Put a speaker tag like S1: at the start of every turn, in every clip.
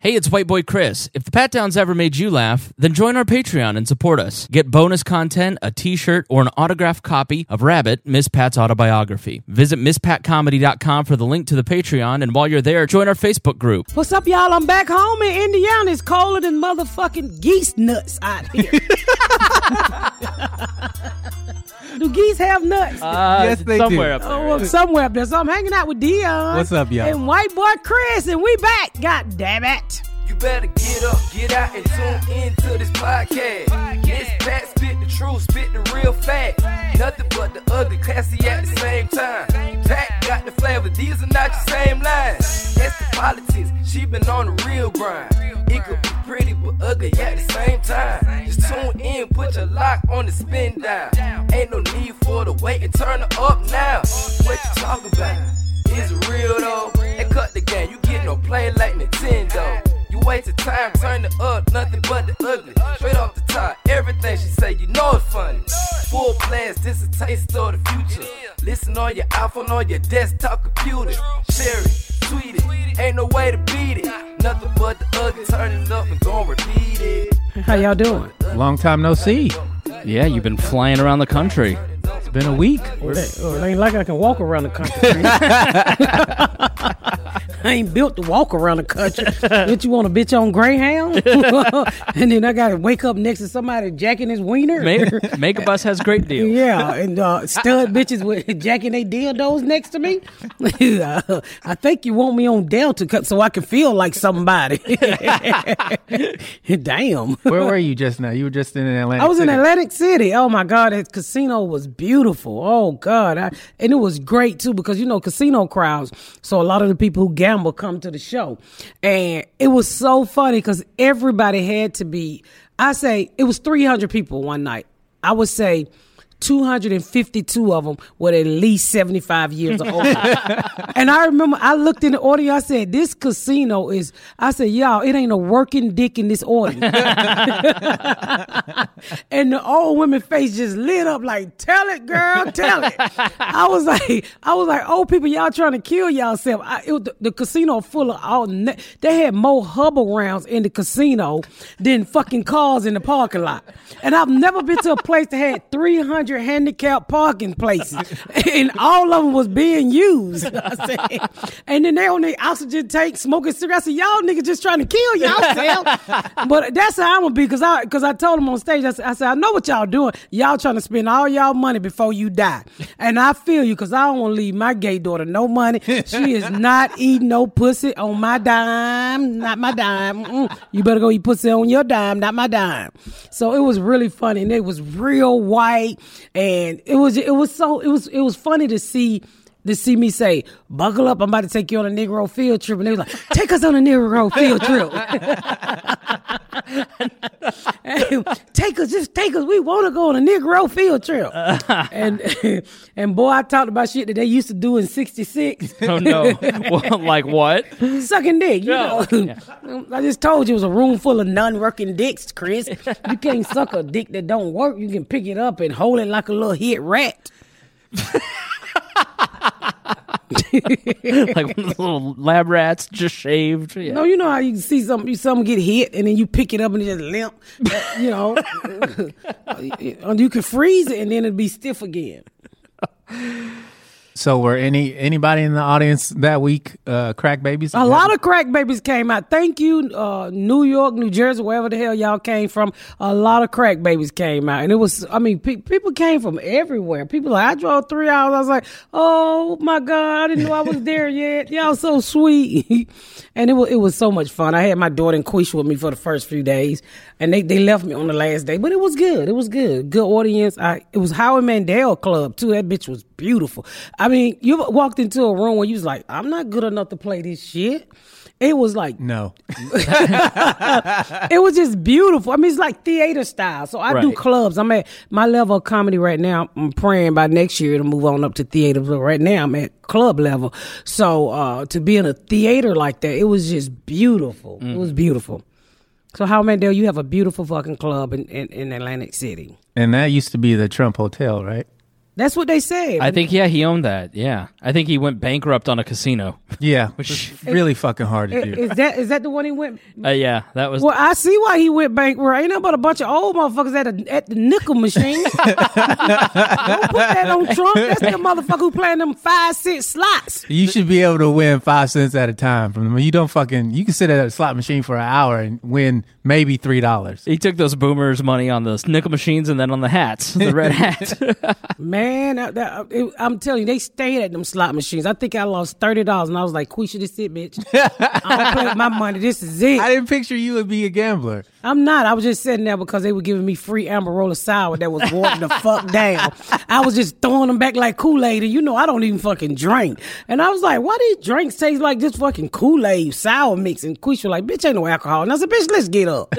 S1: Hey, it's White Boy Chris. If the Pat Downs ever made you laugh, then join our Patreon and support us. Get bonus content, a t shirt, or an autographed copy of Rabbit, Miss Pat's autobiography. Visit MissPatComedy.com for the link to the Patreon, and while you're there, join our Facebook group.
S2: What's up, y'all? I'm back home in Indiana. It's colder than motherfucking geese nuts out here. do geese have nuts?
S3: yes, they
S4: Uh, somewhere
S3: do.
S4: up
S2: oh, well, somewhere up there. So I'm hanging out with Dion.
S3: What's up, y'all?
S2: And white boy Chris, and we back. God damn it.
S5: You better get up, get out, and tune in to this podcast. This Pat spit the truth, spit the real fact. Nothing but the ugly, classy at the same time. Pat got the flavor, these are not your same lines. That's the politics, she been on the real grind. It could be pretty but ugly at the same time. Just tune in, put your lock on the spin down. Ain't no need for the wait and turn it up now. What you talking about? It's real though. And cut the game, you get no play like Nintendo. You waste your time, turn it up, nothing but the ugly. Straight off the top, everything she say, you know it's funny. Full blast, this a taste of the future. Listen on your iPhone, on your desktop computer. Share it, tweet it, ain't no way to beat it. Nothing but the ugly, turn it up and gon' repeat it.
S2: How y'all doing?
S3: Long time no see.
S1: Yeah, you've been flying around the country.
S3: It's been a week.
S2: Oh, it ain't like I can walk around the country. I ain't built to walk around the country. Bitch, you want a bitch on Greyhound? and then I got to wake up next to somebody jacking his wiener?
S1: Make, make a Bus has great deals.
S2: Yeah, and uh, stud bitches with jacking they dildos next to me. Yeah, I think you want me on Delta cut so I can feel like somebody. Damn.
S3: Where were you just now? You were just in Atlanta.
S2: I was in
S3: City.
S2: Atlantic City. Oh my God, that casino was beautiful. Oh God, I, and it was great too because you know casino crowds. So a lot of the people who gamble come to the show, and it was so funny because everybody had to be. I say it was three hundred people one night. I would say. 252 of them were at least 75 years old. and I remember I looked in the audience, I said, This casino is, I said, y'all, it ain't a working dick in this audience. and the old woman face just lit up like, tell it, girl, tell it. I was like, I was like, old people, y'all trying to kill y'allself. I, it was the, the casino full of all, ne- they had more hubble rounds in the casino than fucking cars in the parking lot. And I've never been to a place that had 300 handicapped parking places and all of them was being used. I said, and then they on the oxygen tank smoking cigarettes. I said, y'all niggas just trying to kill y'allself. but that's how I'm gonna be, cause I cause I told them on stage. I said, I said, I know what y'all doing. Y'all trying to spend all y'all money before you die, and I feel you, cause I don't want to leave my gay daughter no money. She is not eating no pussy on my dime, not my dime. Mm-mm. You better go eat pussy on your dime, not my dime. So it was really funny, and it was real white, and it was it was so it was it was funny to see to see me say, buckle up, I'm about to take you on a Negro field trip. And they was like, take us on a Negro field trip. take us, just take us. We want to go on a Negro field trip.
S1: Uh-huh.
S2: and and boy, I talked about shit that they used to do in 66.
S1: Oh no! well, like what?
S2: Sucking dick, you know. I just told you it was a room full of non-working dicks, Chris. You can't suck a dick that don't work. You can pick it up and hold it like a little hit rat.
S1: Like one of those little lab rats just shaved. Yeah.
S2: No, you know how you see some you some get hit and then you pick it up and it just limp, you know. Or you can freeze it and then it'll be stiff again.
S3: So were any anybody in the audience that week? Uh, crack babies.
S2: A lot of crack babies came out. Thank you, uh, New York, New Jersey, wherever the hell y'all came from. A lot of crack babies came out, and it was. I mean, pe- people came from everywhere. People like I drove three hours. I was like, oh my god, I didn't know I was there yet. Y'all so sweet, and it was it was so much fun. I had my daughter and Quisha with me for the first few days, and they they left me on the last day, but it was good. It was good. Good audience. I it was Howard Mandel Club too. That bitch was beautiful. I mean, you walked into a room where you was like, I'm not good enough to play this shit. It was like
S3: no.
S2: it was just beautiful. I mean, it's like theater style. So I do
S1: Right.
S2: clubs. I'm at my level of comedy right now. I'm praying by next year to move on up to theater. But right now, I'm at club level. So uh, to be in a theater like that, it was just beautiful. It was beautiful. So Howard Mandel, you have a beautiful fucking club in, in, in Atlantic City.
S3: And that used to be the Trump Hotel, right?
S2: That's what they said.
S4: I think yeah, he owned that. Yeah, I think he went bankrupt on a casino.
S3: Yeah, which is really fucking hard to do.
S2: is that is that the one he went?
S4: Uh, yeah, that was.
S2: Well, I see why he went bankrupt. Ain't nothing but a bunch of old motherfuckers at, a, at the nickel machine. Don't put that on Trump. That's the motherfucker who playing them five cent slots.
S3: You should be able to win five cents at a time from them. You don't fucking. You can sit at a slot machine for an hour and win maybe three dollars.
S4: He took those boomers' money on those nickel machines and then on the hats, the red hat.
S2: Man, I, that, it, I'm telling you, they stayed at them slot machines. I think I lost thirty dollars, and I was like, "Quisha, this it, bitch. I'm gonna play with my money. This is it."
S3: I didn't picture you would be a gambler.
S2: I'm not. I was just sitting there because they were giving me free Amarola sour that was watering the fuck down. I was just throwing them back like Kool Aid, and you know I don't even fucking drink. And I was like, why these drinks taste like this fucking Kool Aid sour mix? And Quisha was like, bitch, ain't no alcohol. And I said, bitch, let's get up.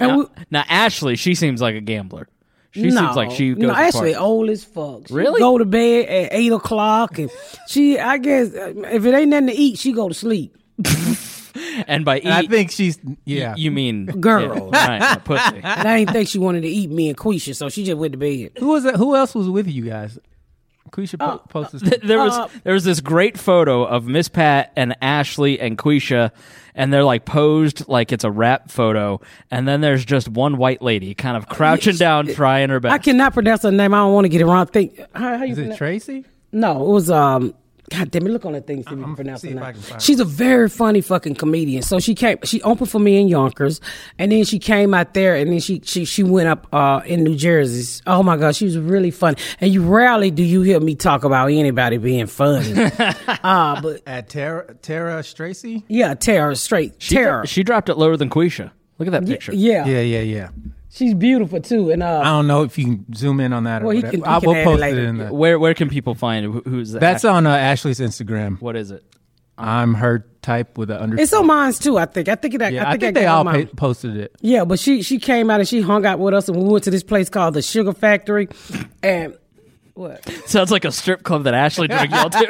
S2: and we,
S4: now Ashley, she seems like a gambler. She seems like she goes
S2: no,
S4: to
S2: actually
S4: parties.
S3: uh,
S2: old as fuck. She
S4: Really?
S2: go to bed at eight o'clock, and she, I guess, uh, if it ain't nothing to eat, she go to sleep.
S4: and by eat,
S3: And I think she's. Yeah,
S4: you mean
S2: Girl.
S4: yeah, right, a pussy.
S2: And I didn't think she wanted to eat me and Quisha, so she just went to bed.
S3: who was that? Who else was with you guys? Quisha
S2: Oh,
S3: po- posted.
S2: uh,
S3: something.
S4: There was there was this great photo of Miss Pat and Ashley and Quisha, and they're like posed like it's a rap photo, and then there's just one white lady kind of crouching down, trying her best.
S2: I cannot pronounce her name. I don't want to get it wrong. Think how, how you
S3: Is it Tracy?
S2: No, it was um. God damn it! Look on the thing. See if you can pronounce
S3: see
S2: it.
S3: if
S2: now.
S3: I can find
S2: She's a very funny fucking comedian. So she came. She opened for me in Yonkers, and then she came out there, and then she she she went up uh in New Jersey. Oh my God, she was really funny. And you rarely do you hear me talk about anybody being funny. uh but
S3: At Tara Tara Stracy?
S2: yeah, Tara straight
S4: She dro-
S2: Tara.
S4: She dropped it lower than Quisha. Look at that picture.
S2: yeah,
S3: Yeah, yeah, yeah.
S2: she's beautiful too. And
S3: I
S2: uh,
S3: don't know if you can zoom in on that.
S2: Well,
S3: or
S2: he
S3: whatever.
S2: can- he
S3: I
S2: can
S3: will
S2: add it
S3: post it
S2: later.
S3: in the.
S4: Where where can people find it? Who- Who's that?
S3: That's on uh, Ashley's Instagram.
S4: what is it?
S3: I'm her type with an under.
S2: it's on mine's too. I think. I think that.
S3: yeah, I,
S2: I
S3: think,
S2: think,
S3: they
S2: got
S3: all
S2: mine.
S3: pa- posted it.
S2: Yeah, but she she came out and she hung out with us, and we went to this place called the Sugar Factory, and what?
S4: Sounds like a strip club that Ashley dragged y'all to.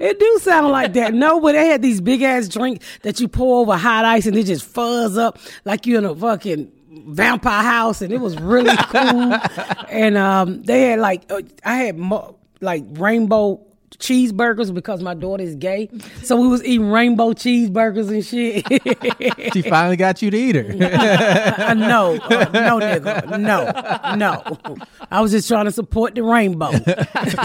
S2: It do sound like that. No, but they had these big ass drink that you pour over hot ice and it just fuzz up like you in a fucking vampire house, and it was really cool. and um, they had like uh, I had mo- like rainbow cheeseburgers because my daughter is gay, so we was eating rainbow cheeseburgers and shit.
S3: She finally got you to eat her.
S2: Uh, no, uh, no, nigga, no, no. I was just trying to support the rainbow.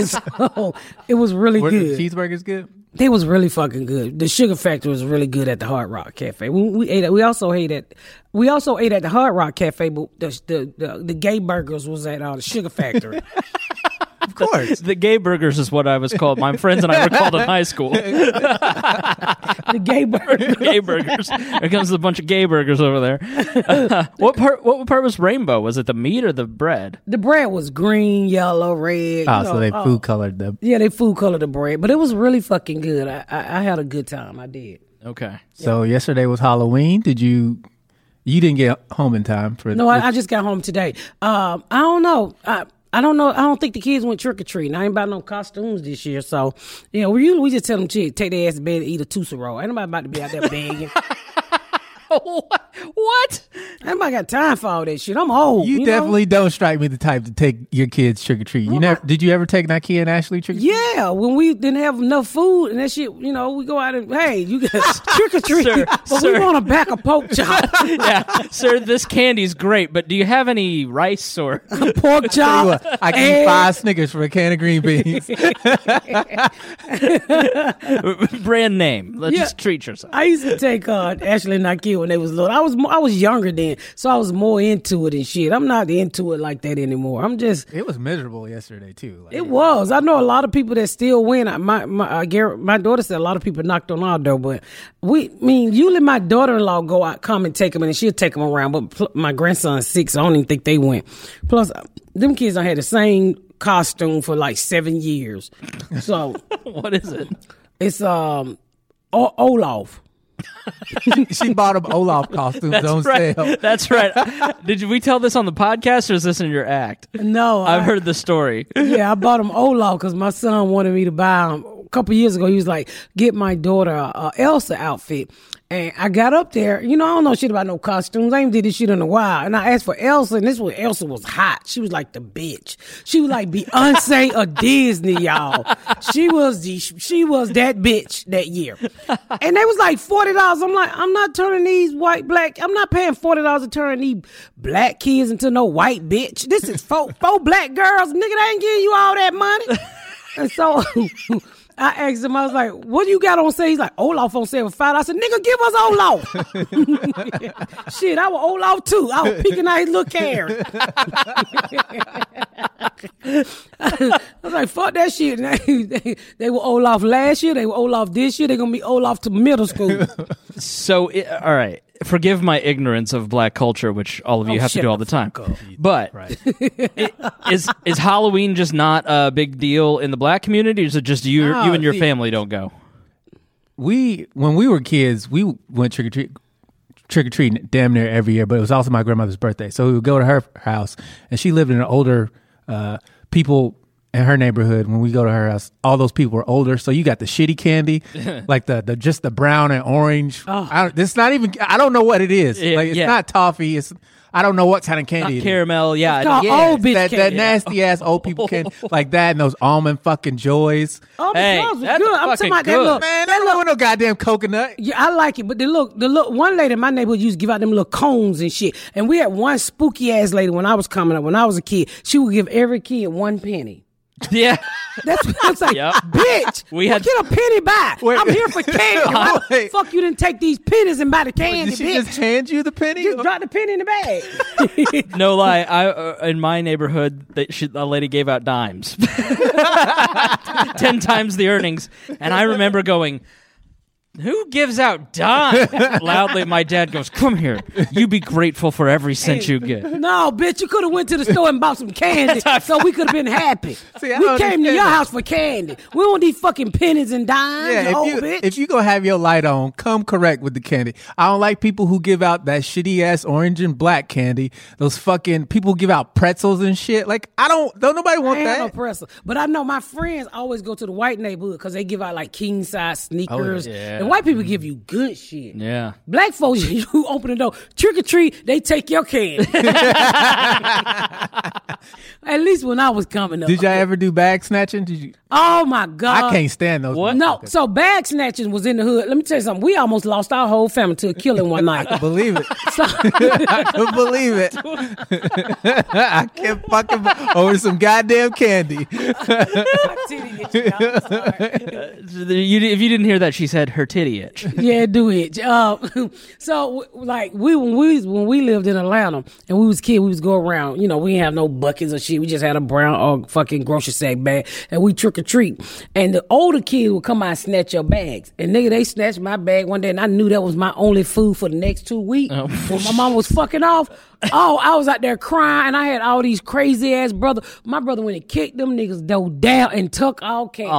S2: so it was really
S3: Were the
S2: good.
S3: cheeseburgers good?
S2: they was really fucking good. The Sugar Factory was really good at the Hard Rock Cafe. We, we ate. at- We also ate at. We also ate at the Hard Rock Cafe, but the the the, the gay burgers was at uh, the Sugar Factory.
S3: Of course.
S4: the gay burgers is what I was called. My friends and I were called in high school.
S2: the gay burgers.
S4: gay burgers. Here comes a bunch of gay burgers over there. what part? What part was rainbow? Was it the meat or the bread?
S2: The bread was green, yellow, red.
S3: oh,
S2: you
S3: so
S2: know,
S3: they
S2: uh,
S3: food colored them.
S2: yeah, they food colored the bread, but it was really fucking good. I, I, I had a good time. I did.
S4: Okay.
S3: So yesterday was Halloween. Did you? You didn't get home in time for
S2: No, I, I just got home today. Um, I don't know. I, I don't know. I don't think the kids went trick or treating. I ain't bought no costumes this year, so you know, we usually we just tell them kids take their ass to bed and eat a two roll. Ain't nobody about to be out there begging.
S4: what?
S2: Ain't nobody got time for all that shit. I'm old.
S3: you,
S2: know?
S3: definitely don't strike me the type to take your kids trick or treat. You never? Did you ever take Nike and Ashley trick? or treat?
S2: Yeah, when we didn't have enough food and that shit, you know, we go out and hey, you got trick or treat,
S4: Sir,
S2: but
S4: sir.
S2: we want a back of pork chop,
S4: Yeah, sir. This candy's great, but do you have any rice or?
S2: pork
S3: Tell you
S2: chop.
S3: what, I can eat
S2: egg.
S3: five Snickers for a can of green beans.
S4: brand name. Let's
S2: Yeah.
S4: just treat yourself.
S2: I used to take uh, Ashley and Nike when they was little. I was mo- I was younger then, so I was more into it and shit. I'm not into it like that anymore. I'm just.
S3: it was miserable yesterday too. Like,
S2: It was. I know a lot of people that still win. I- My my uh, Garrett, my daughter said a lot of people knocked on our door, but we I mean you let my daughter in law go out, come and take them, and she'll take them around. But pl- my grandson's six. I don't even think they went. Plus, uh, them kids I had the same costume for like seven years, so
S4: What is it?
S2: it's um o- Olaf.
S3: she bought them Olaf costumes on
S4: right.
S3: sale.
S4: That's right. Did we tell this on the podcast or is this in your act?
S2: No,
S4: I've
S2: I-
S4: heard the story.
S2: yeah, I bought him Olaf because my son wanted me to buy him. A couple years ago, he was like, "Get my daughter a, a Elsa outfit." And I got up there, you know, I don't know shit about no costumes. I ain't did this shit in a while. And I asked for Elsa, and this was Elsa was hot. She was like the bitch. She was like Beyonce or Disney, y'all. She was the she was that bitch that year. And they was like forty dollars. I'm like, I'm not turning these white black. I'm not paying forty dollars to turn these black kids into no white bitch. This is four four black girls, nigga. They ain't giving you all that money. And so. I asked him, I was like, what do you got on sale? He's like, Olaf on sale for five. I said, nigga, give us Olaf. Shit, I was Olaf too. I was picking out his little Karen. I was like, fuck that shit. And they, they, they were Olaf last year. They were Olaf this year. They're going to be Olaf to middle school.
S1: So, it, all right. Forgive my ignorance of black culture, which all of you
S2: Oh,
S1: have to
S2: shut
S1: do all the
S2: the
S1: time.
S2: fuck up.
S1: But it- is is Halloween just not a big deal in the black community? Or is it just you
S3: No,
S1: you and your
S3: the-
S1: family don't go?
S3: we when we were kids, we went trick or treat trick or treating damn near every year. But it was also my grandmother's birthday, so we would go to her house, and she lived in an older uh, people in her neighborhood. When we go to her house, all those people were older, so you got the shitty candy, like the, the just the brown and orange. I don't, it's not even. I don't know what it is.
S1: Yeah,
S3: like it's
S1: yeah.
S3: not toffee. It's I don't know what kind of candy. it is
S1: Caramel, yeah. I-
S2: called
S1: yeah.
S2: old bitch
S3: that, that
S2: candy.
S3: nasty ass old people can like that and those almond fucking joys.
S2: Oh, my
S1: Hey,
S2: God, was
S1: that's
S2: good. I'm
S1: fucking
S2: talking about
S1: good.
S2: that look.
S3: Man, I don't want no goddamn coconut.
S2: Yeah, I like it, but the look, the look. One lady in my neighborhood used to give out them little cones and shit. And we had one spooky ass lady when I was coming up, when I was a kid. She would give every kid one penny.
S1: Yeah.
S2: That's what I was like,
S1: Yep.
S2: bitch.
S1: We
S2: We
S1: had-
S2: had get a penny back.
S3: Wait.
S2: I'm here for candy. Why the
S3: Wait.
S2: fuck you didn't take these pennies and buy the candy,
S3: Did she
S2: bitch?
S3: just hand you the penny?
S2: Just drop the penny in the bag.
S1: No lie, I uh, in my neighborhood, that she, a lady gave out dimes, ten times the earnings, and I remember going, "Who gives out dimes?" Loudly, my dad goes, "Come here, you be grateful for every cent you get."
S2: no, bitch, you could have went to the store and bought some candy, so we could have been happy.
S3: See, I
S2: we came
S3: don't
S2: to
S3: understand
S2: your
S3: that.
S2: house for candy. We don't need fucking pennies and dimes,
S3: Yeah,
S2: old
S3: if you
S2: bitch.
S3: if you gonna have your light on, come correct with the candy. I don't like people who give out that shitty ass orange and black candy. Those fucking people who give out pretzels and shit. Like I don't don't nobody want
S2: I ain't no
S3: that.
S2: presser. But I know my friends always go to the white neighborhood because they give out like king size
S3: Oh,
S2: sneakers.
S1: yeah.
S2: And white people give you good shit.
S1: Yeah.
S2: Black folks, you open the door, trick or treat, they take your candy. At least when I was coming up.
S3: Did y'all ever do bag snatching? Did you?
S2: oh my God.
S3: I can't stand those.
S1: what?
S2: No, so bag snatching was in the hood. Let me tell you something. We almost lost our whole family to a killing one night.
S3: Believe it. I couldn't believe it. I can't fucking over some goddamn candy.
S2: My titty itching, y'all. I'm sorry.
S1: You, if you didn't hear that, she said her titty itch.
S2: yeah, do it. Uh, so, w- like, we when we was- when we lived in Atlanta and we was kids, we was go around. You know, we didn't have no buckets or shit. We just had a brown or fucking grocery sack bag, and we trick or treat. And the older kids would come out and snatch your bags. And nigga, they snatched my bag one day, and I knew that was my only food for the next two weeks. When my mom was fucking off, oh, I was out there crying, and I had all these crazy ass brother. My brother went and kicked them niggas though down and took all cash back.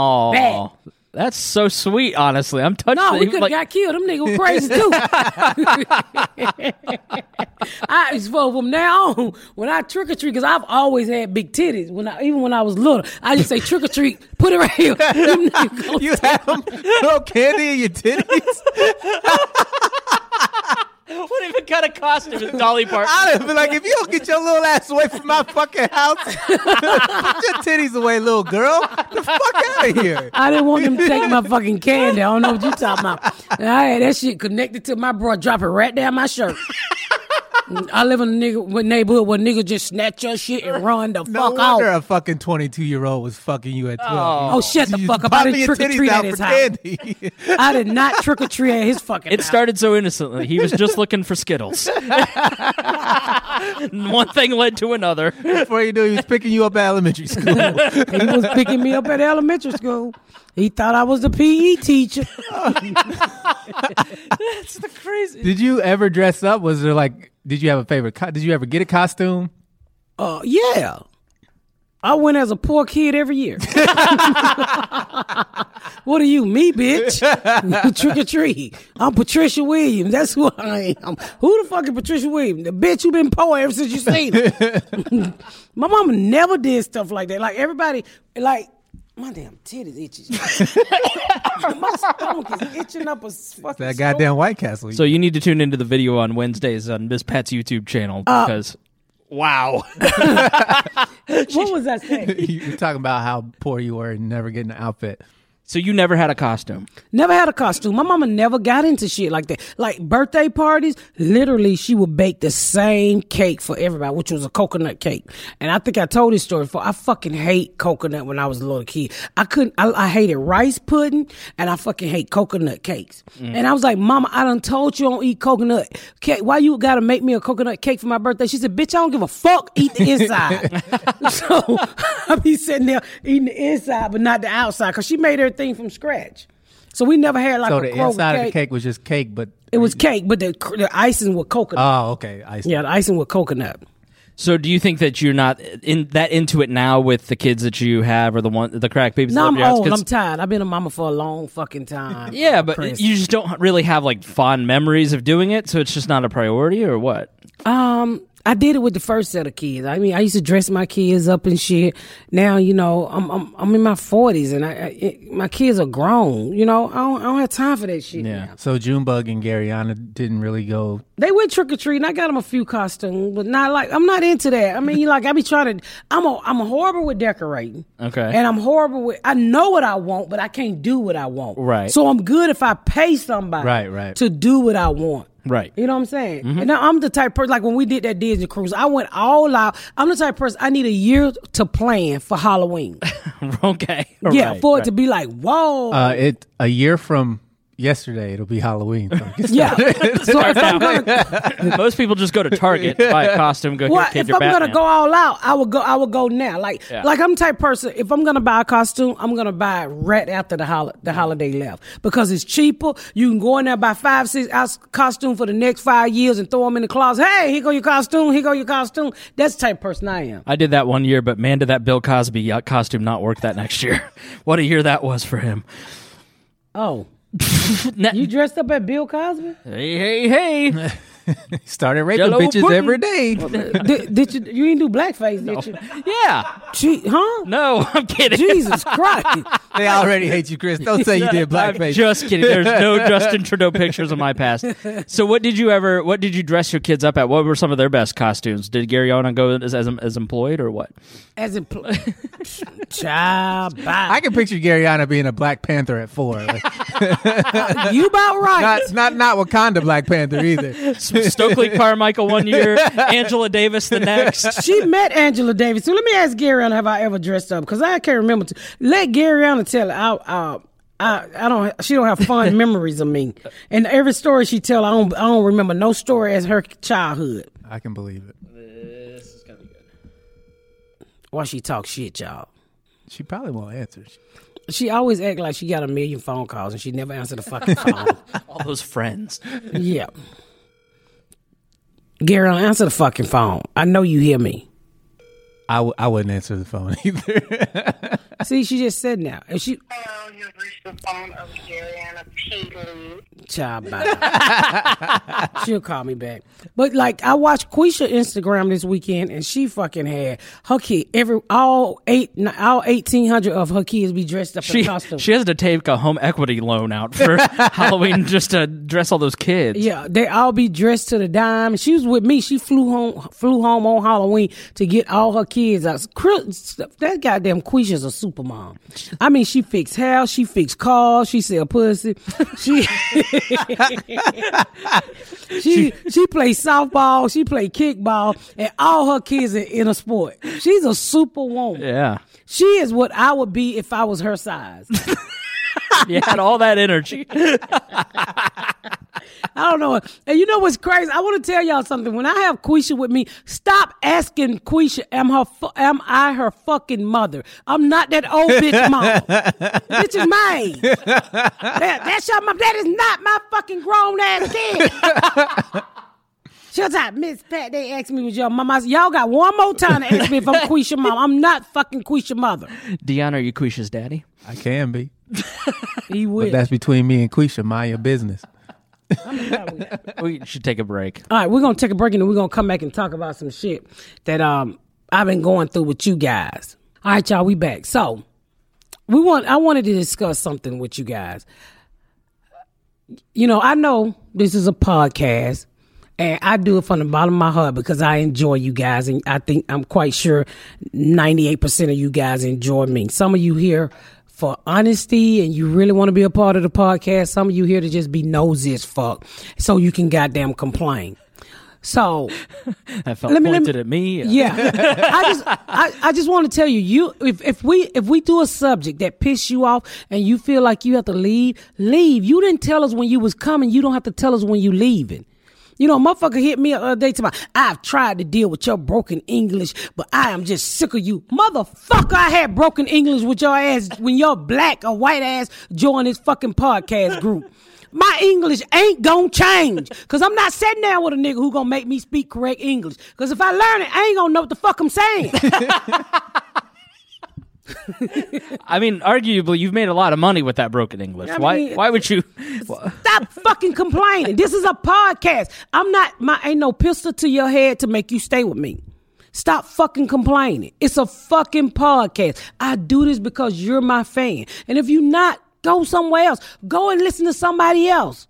S1: Oh, that's so sweet. Honestly, I'm touched.
S2: No,
S1: that
S2: we
S1: you-
S2: could have
S1: like-
S2: got killed. Them niggas were crazy too. I well, from now on, when I trick or treat, because I've always had big titties. When I, even when I was little, I just say trick or treat. Put it right here. Them niggas gonna-
S3: You have no candy in your titties.
S1: What even kind of costume is Dolly Parton?
S3: I'd have been like, if you don't get your little ass away from my fucking house, put your titties away, little girl. Get The fuck out of here.
S2: I didn't want them to take my fucking candy. I don't know what you talking about. And I had that shit connected to my bra, drop it right down my shirt. I live in a nigga, with neighborhood where niggas just snatch your shit and run the
S3: No
S2: fuck off.
S3: wonder a fucking 22 year old was fucking you at 12.
S2: Oh, shut the
S3: You
S2: fuck up. I
S3: popping
S2: didn't
S3: your
S2: trick or
S3: titties
S2: treat
S3: out
S2: at his
S3: for
S2: house.
S3: candy.
S2: I did not trick or treat at his fucking
S1: It
S2: house.
S1: started so innocently. He was just looking for Skittles. One thing led to another.
S3: Before you knew, he was picking you up at elementary school.
S2: He was picking me up at elementary school. He thought I was the PE teacher.
S1: That's the crazy.
S3: Did you ever dress up? Was there like, did you have a favorite? Co- did you ever get a costume?
S2: Uh, yeah. I went as a poor kid every year. what are you, me, bitch? Trick or treat. I'm Patricia Williams. That's who I am. Who the fuck is Patricia Williams? The bitch you been poor ever since you seen her. My mama never did stuff like that. Like everybody, like My damn titties itches. My stomach is itching up a s- fucking
S3: That goddamn
S2: storm.
S3: White Castle.
S4: So you need to tune into the video on Wednesdays on Miss Pat's YouTube channel
S2: Uh,
S4: because wow,
S2: What was that saying?
S3: you, are talking about how poor you were and never getting an outfit.
S4: so you never had a costume.
S2: never had a costume. My mama never got into shit like that. Like birthday parties, literally, she would bake the same cake for everybody, which was a coconut cake. And I think I told this story before. I fucking hate coconut when I was a little kid. I couldn't. I, I hated rice pudding, and I fucking hate coconut cakes. And I was like, Mama, I done told you I don't eat coconut cake. Why you gotta make me a coconut cake for my birthday? She said, Bitch, I don't give a fuck. Eat the inside. so I be sitting there eating the inside, but not the outside, because she made everything from scratch. So we never had like
S3: So
S2: a
S3: the
S2: Kroger
S3: inside
S2: cake.
S3: of the cake was just cake, but
S2: It was cake, but the the icing was coconut.
S3: oh, okay, I see.
S2: yeah, the icing was coconut.
S4: So do you think that you're not in that into it now with the kids that you have or the one the crack babies? that
S2: No,
S4: live
S2: I'm
S4: in your house?
S2: old.
S4: 'Cause-
S2: I'm tired. I've been a mama for a long fucking time.
S4: yeah, but
S2: Press.
S4: you just don't really have like fond memories of doing it, so it's just not a priority or what?
S2: Um, I did it with the first set of kids. I mean, I used to dress my kids up and shit. Now, you know, I'm I'm, I'm in my forties and I, I it, my kids are grown. You know, I don't, I don't have time for that shit. now.
S3: So Junebug and Garyana didn't really go.
S2: They went trick or treating. I got them a few costumes, but not like I'm not into that. I mean, you like I be trying to. I'm a, I'm horrible with decorating.
S4: Okay.
S2: And I'm horrible with. I know what I want, but I can't do what I want.
S4: Right.
S2: So I'm good if I pay somebody.
S3: Right, right.
S2: To do what I want.
S4: Right.
S2: You know what I'm saying? And now I'm the type person like when we did that Disney cruise, I went all out. I'm the type of person I need a year to plan for Halloween.
S4: okay.
S2: yeah,
S4: Right,
S2: for it
S4: right.
S2: to be like whoa.
S3: Uh, it a year from yesterday, it'll be Halloween. So just-
S2: yeah. so if I'm gonna
S4: Most people just go to Target, buy a costume, go
S2: Well,
S4: here, kid,
S2: if
S4: your
S2: I'm
S4: Batman.
S2: gonna go all out, I would go. I would go now. Like,
S4: Yeah.
S2: like I'm the type of person. If I'm gonna buy a costume, I'm gonna buy it right after the hol- the holiday left because it's cheaper. You can go in there buy five, six ounce costume for the next five years and throw them in the closet. Hey, here go your costume. Here go your costume. That's the type of person I am.
S4: I did that one year, but man, did that Bill Cosby uh, costume not work that next year. what a year that was for him.
S2: Oh,
S4: Na-
S2: you dressed up as Bill Cosby?
S4: hey, hey, hey.
S3: started raping
S4: Jell-O
S3: bitches
S4: pudding.
S3: every day.
S2: did, did you? You didn't do blackface, did you?
S4: yeah.
S2: Gee, huh?
S4: No, I'm kidding.
S2: Jesus Christ!
S3: They already hate you, Chris. Don't say you did blackface.
S4: I'm just kidding. There's no Justin Trudeau pictures of my past. So, what did you ever? What did you dress your kids up at? What were some of their best costumes? Did Gary Owen go as, as as employed or what?
S2: As in, pl- child, bye.
S3: I can picture Garyana being a Black Panther at four. Like,
S2: you about right.
S3: not not not Wakanda Black Panther either.
S4: S- Stokely Carmichael one year, Angela Davis the next.
S2: she met Angela Davis. So let me ask Garyana, have I ever dressed up? Because I can't remember. To, let Garyana tell it. I, I, I, I don't. She don't have fond memories of me. And every story she tell, I don't. I don't remember no story as her childhood.
S3: I can believe it.
S2: Why she talk shit, y'all?
S3: She probably won't answer.
S2: She always act like she got a million phone calls and she never answered the fucking phone.
S4: All those friends.
S2: yeah. Garyana, answer the fucking phone. I know you hear me.
S3: I w- I wouldn't answer the phone either.
S2: See, she just said now. If she
S6: Hello, you've reached the phone of Gariana P. Lee.
S2: Child, bye. She'll call me back. But like, I watched Quisha Instagram this weekend, and she fucking had her kid every all eight all eighteen hundred of her kids be dressed up in
S4: She,
S2: costume.
S4: she has to take a home equity loan out for Halloween just to dress all those kids.
S2: yeah, they all be dressed to the dime. She was with me. She flew home, flew home on Halloween to get all her kids out. Chris- That goddamn Quisha's a super mom. I mean, she fixed hair, she fixed cars, she sell pussy, she. She she plays softball, she play kickball, and all her kids are in a sport. She's a superwoman.
S4: Yeah.
S2: She is what I would be if I was her size.
S4: You had all that energy.
S2: I don't know. And you know what's crazy? I want to tell y'all something. When I have Quisha with me, stop asking Quisha, am her fu- am I her fucking mother? I'm not that old bitch mom. bitch is my age. That, that's your mom. That is not my fucking grown ass kid. Shut up, Miss Pat. They asked me was your mama. I said, Y'all got one more time to ask me if I'm Quisha mom. I'm not fucking Quisha mother.
S4: Dion, are you Quisha's daddy?
S3: I can be.
S2: He
S3: But
S2: will.
S3: that's between me and Quisha. Mind your business.
S4: We should take a break.
S2: All right, we're gonna take a break and then we're gonna come back and talk about some shit that um I've been going through with you guys. All right, y'all, we back. So we want I wanted to discuss something with you guys. You know, I know this is a podcast and I do it from the bottom of my heart because I enjoy you guys and I think I'm quite sure 98% of you guys enjoy me. Some of you here for honesty and you really want to be a part of the podcast. Some of you here to just be nosy as fuck so you can goddamn complain. So
S4: That felt
S2: Let me- let
S4: pointed
S2: me-
S4: at me.
S2: yeah, I just I, I just want to tell you, you if, if we if we do a subject that piss you off and you feel like you have to leave, leave. You didn't tell us when you was coming. You don't have to tell us when you leaving. You know, motherfucker hit me the other day to my. I've tried to deal with your broken English, but I am just sick of you, motherfucker. I had broken English with your ass when your black or white ass joined this fucking podcast group. My English ain't gonna change. Cause I'm not sitting down with a nigga who gonna make me speak correct English. Cause if I learn it, I ain't gonna know what the fuck I'm saying.
S4: I mean, arguably, you've made a lot of money with that broken English.
S2: I
S4: why?
S2: mean-
S4: why would you?
S2: Stop fucking complaining. This is a podcast. I'm not my ain't no pistol to your head to make you stay with me. Stop fucking complaining. It's a fucking podcast. I do this because you're my fan. And if you not, go somewhere else. Go and listen to somebody else.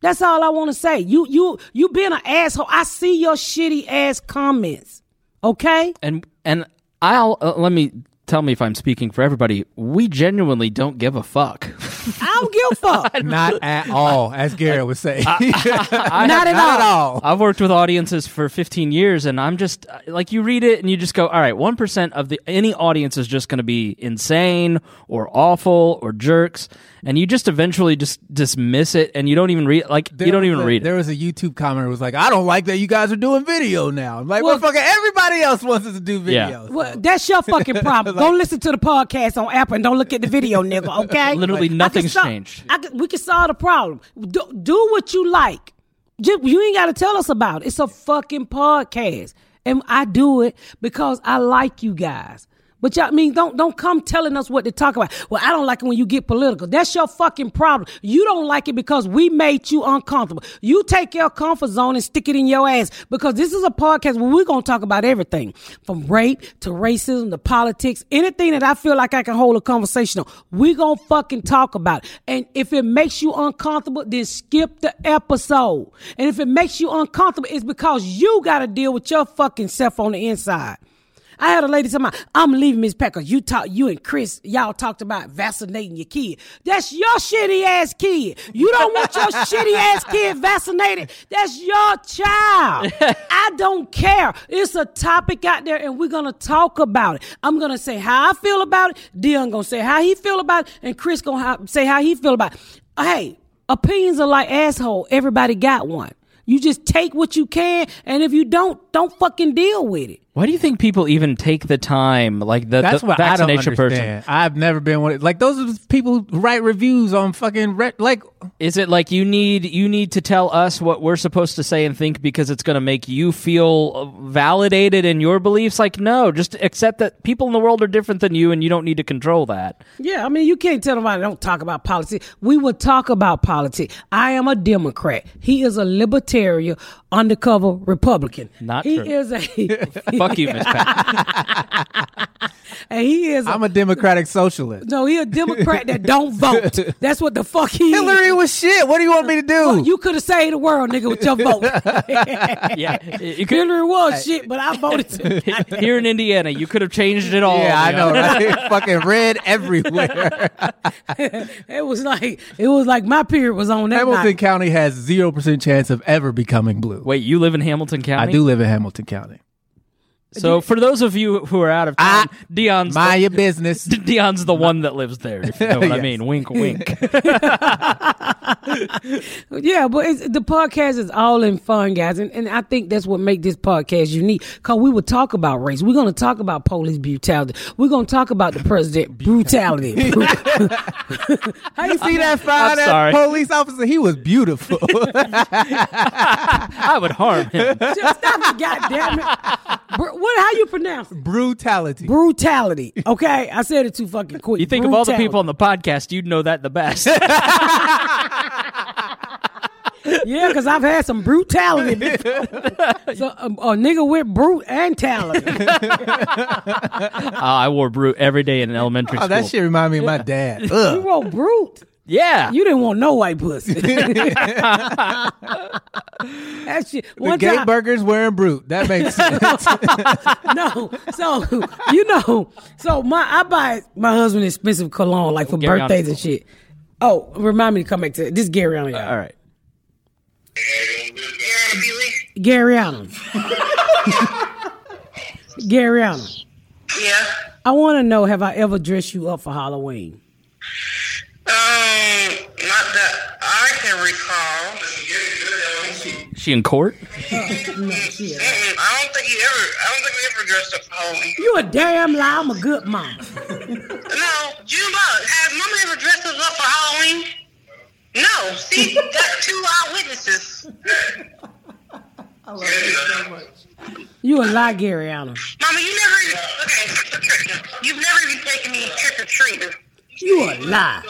S2: That's all I want to say. You you you being an asshole. I see your shitty ass comments. Okay?
S4: And and I'll uh, let me tell me if I'm speaking for everybody. We genuinely don't give a fuck.
S2: I don't give a fuck.
S3: Not at all, as Garrett would say.
S2: not at all.
S3: Not at all.
S4: I've worked with audiences for 15 years, and I'm just uh, like you read it and you just go, all right, one percent of the any audience is just going to be insane or awful or jerks, and you just eventually just dismiss it and you don't even read like you don't
S3: was
S4: even
S3: a-
S4: read it.
S3: There was a YouTube commenter who was like, "I don't like that you guys are doing video now." I'm like,
S2: Well-
S3: well, fucking everybody else wants us to do
S4: Yeah.
S3: videos.
S2: Well, that's your fucking problem. Don't listen to the podcast on Apple and don't look at the video, nigga. Okay?
S4: Literally
S2: I can
S4: nothing's
S2: sol-
S4: changed.
S2: I can, we can solve the problem. Do, do what you like. Ju- you ain't got to tell us about it. It's a fucking podcast, and I do it because I like you guys. But y'all, I mean, don't don't come telling us what to talk about. Well, I don't like it when you get political. That's your fucking problem. You don't like it because we made you uncomfortable. You take your comfort zone and stick it in your ass because this is a podcast where we're gonna talk about everything from rape to racism to politics, anything that I feel like I can hold a conversation on. We're gonna fucking talk about it. And if it makes you uncomfortable, then skip the episode. And if it makes you uncomfortable, it's because you gotta deal with your fucking self on the inside. I had a lady tell me, I'm leaving Miss Packer. You talk, you and Chris, y'all talked about vaccinating your kid. That's your shitty ass kid. You don't want your shitty ass kid vaccinated. That's your child. I don't care. It's a topic out there and we're going to talk about it. I'm going to say how I feel about it. Dion going to say how he feel about it. And Chris going to say how he feel about it. Hey, opinions are like asshole. Everybody got one. You just take what you can, and if you don't, don't fucking deal with it.
S4: Why do you think people even take the time like the,
S3: That's
S4: the
S3: what I don't
S4: vaccination
S3: understand.
S4: person?
S3: I've never been one. of- Like those are the people who write reviews on fucking re- like.
S4: Is it like you need you need to tell us what we're supposed to say and think because it's going to make you feel validated in your beliefs? Like no, just accept that people in the world are different than you and you don't need to control that.
S2: Yeah, I mean, you can't tell nobody don't talk about politics. We will talk about politics. I am a Democrat. He is a libertarian, undercover Republican.
S4: Not
S2: he
S4: true.
S2: is a
S4: Fuck you, Miss Pat.
S2: and he is. A,
S3: I'm a democratic socialist.
S2: no, he a Democrat that don't vote. That's what the fuck he. is.
S3: Hillary was shit. What do you want me to do?
S2: Well, you could have saved the world, nigga, with your vote.
S4: yeah, you could,
S2: Hillary was shit, but I voted. Too.
S4: here in Indiana, you could have changed it all.
S3: Oh, yeah, I
S4: you
S3: know. Right? fucking red everywhere.
S2: It was like it was like my period was on that
S3: Hamilton
S2: night.
S3: County has zero percent chance of ever becoming blue.
S4: Wait, you live in Hamilton County?
S3: I do live in Hamilton County.
S4: So for those of you who are out of town,
S3: I-
S4: Dion's
S3: Mind
S4: the,
S3: your business.
S4: Dion's the one that lives there. If you know what I
S3: Yes.
S4: mean? Wink, wink.
S2: Yeah, but it's, the podcast is all in fun, guys, and, and I think that's what make this podcast unique. Cause we will talk about race. We're gonna talk about police brutality. We're gonna talk about the president brutality.
S3: How you see that fine
S4: I'm sorry.
S3: ass police officer? He was beautiful.
S4: I would harm him.
S2: Just stop it, goddamn it! Bru- what? How you pronounce it?
S3: Brutality.
S2: brutality? Okay, I said it too fucking quick.
S4: You think of all the people on the podcast, you'd know that the best.
S2: Yeah, because I've had some brutality. before. so a, a nigga with brute and talent.
S4: Uh, I wore brute every day in elementary
S3: Oh,
S4: school.
S3: that shit remind me of my dad. Ugh.
S2: you wrote brute.
S4: Yeah.
S2: You didn't want no white pussy. that shit.
S3: The
S2: One
S3: gay
S2: time,
S3: burgers wearing brute. That makes sense.
S2: no. So you know, so my I buy my husband expensive cologne like for
S4: Gary on
S2: birthdays
S4: it.
S2: and shit. Oh, remind me to come back to this is Gary Allen. y'all.
S4: All right.
S6: You're a beauty.
S2: Gary Allen. Gary Allen.
S6: Yeah.
S2: I want to know: Have I ever dressed you up for Halloween?
S6: Um, not that I can recall.
S4: She in court?
S6: Mm-mm, I don't think he ever. I don't think we ever dressed up for Halloween.
S2: You a damn lie. I'm a good mom.
S6: No, Juba, has Mama ever dressed us up for Halloween? No. See, got two eyewitnesses.
S2: You a lie, Gary Allen.
S6: Mama, you never even. Okay, you've never even taken me trick or treating.
S2: You a lie.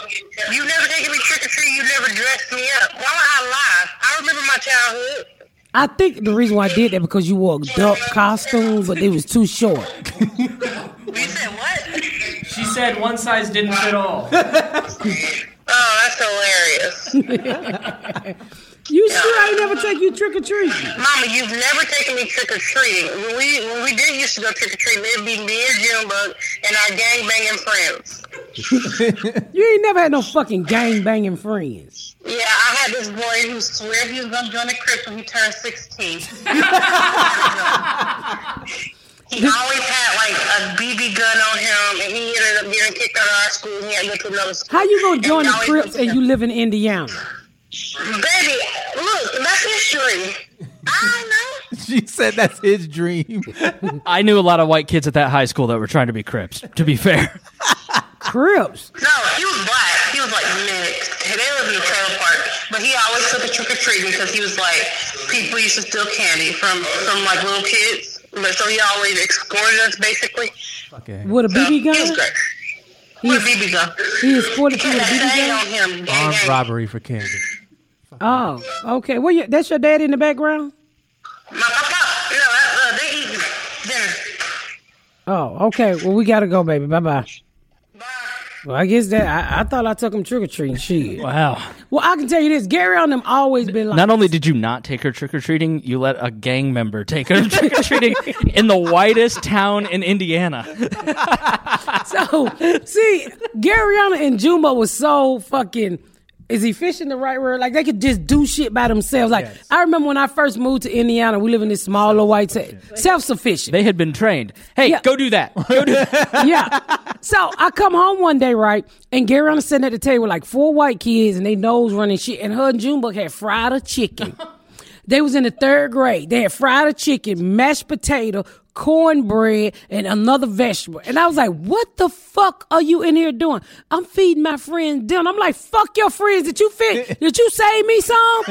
S6: You've never taken me trick or treating. You've never dressed me up. Why would I lie? I remember my childhood.
S2: I think the reason why I did that because you wore adult costumes, but they was too short.
S6: You said what?
S4: She said one size didn't fit all.
S6: Oh, that's hilarious.
S2: You sure I ain't never take you trick or treating?
S6: Mama, you've never taken me trick or treating. When we when we did used to go trick or treating, it'd be me and Junebug and our gang banging friends.
S2: You ain't never had no fucking gang banging friends.
S6: Yeah, I had this boy who swore he was gonna join the Crips when he turned sixteen. he always had like a BB gun on him, and he ended up getting kicked out of our school. And he had to go to another school.
S2: How you gonna join
S6: And he
S2: the
S6: always
S2: Crips and you live in Indiana?
S6: Baby, look, that's history. I don't know.
S3: she said that's his dream.
S4: I knew a lot of white kids at that high school that were trying to be Crips, to be fair.
S2: Crips.
S6: No, he was black. He was like mixed. They lived in the trailer park, but he always took a trick or treating because he was like people used to steal candy from from like little kids. But so he always escorted us basically.
S3: Okay.
S2: With a
S6: So
S2: BB
S6: He was
S2: gun?
S6: great. With a BB gun.
S2: He escorted you
S6: He
S2: with a
S6: had that
S2: BB
S6: thing
S2: gun?
S6: on him. Gang,
S3: Armed
S6: gang.
S3: robbery for candy.
S2: Oh, okay. Well, you, that's your dad in the background?
S6: My papa. No, that, uh, they eat dinner.
S2: Oh, okay. Well, we gotta go, baby. Bye bye.
S6: Bye.
S2: Well, I guess that I, I thought I took him trick or treating. Shit.
S4: Wow.
S2: Well, I can tell you this: Gary on them always been like.
S4: Not only did you not take her trick or treating, you let a gang member take her trick or treating in the whitest town in Indiana.
S2: So see, Garyana and Juma was so fucking. Is he fishing the right word? Like they could just do shit by themselves. Like
S3: Yes.
S2: I remember when I first moved to Indiana, we live in this small little white town, self sufficient.
S4: They had been trained. Hey,
S2: Yeah.
S4: go do that. Go do
S2: yeah. So I come home one day, right, and Garyana sitting at the table with like four white kids and they nose running shit, and her and Junebug had fried a chicken. they was in the third grade. They had fried a chicken, mashed potato, cornbread, and another vegetable. And I was like, "What the fuck are you in here doing? I'm feeding my friends dinner." I'm like, "Fuck your friends! Did you fit? Did you save me some?"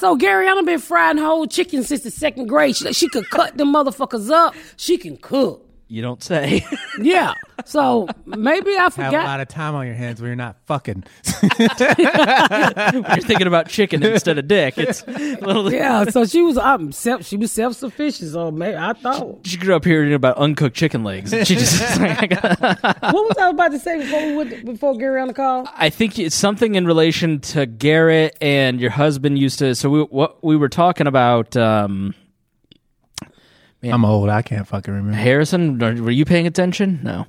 S2: So Gary, I done been frying whole chicken since the second grade. She, she could cut them motherfuckers up. She can cook.
S4: You don't say.
S2: Yeah. So maybe I
S3: Have a lot
S2: forgot.
S3: of time on your hands when you're not fucking.
S4: You're thinking about chicken instead of dick. It's a little.
S2: yeah. So she was um self. She was self sufficient. So maybe I thought.
S4: She grew up hearing about uncooked chicken legs. and She just.
S2: what was I about to say before we went, before Gary on the call?
S4: I think it's something in relation to Garrett and your husband used to. So we what we were talking about. Um,
S3: I'm old. I can't fucking remember.
S4: Harrison, are- were you paying attention? No,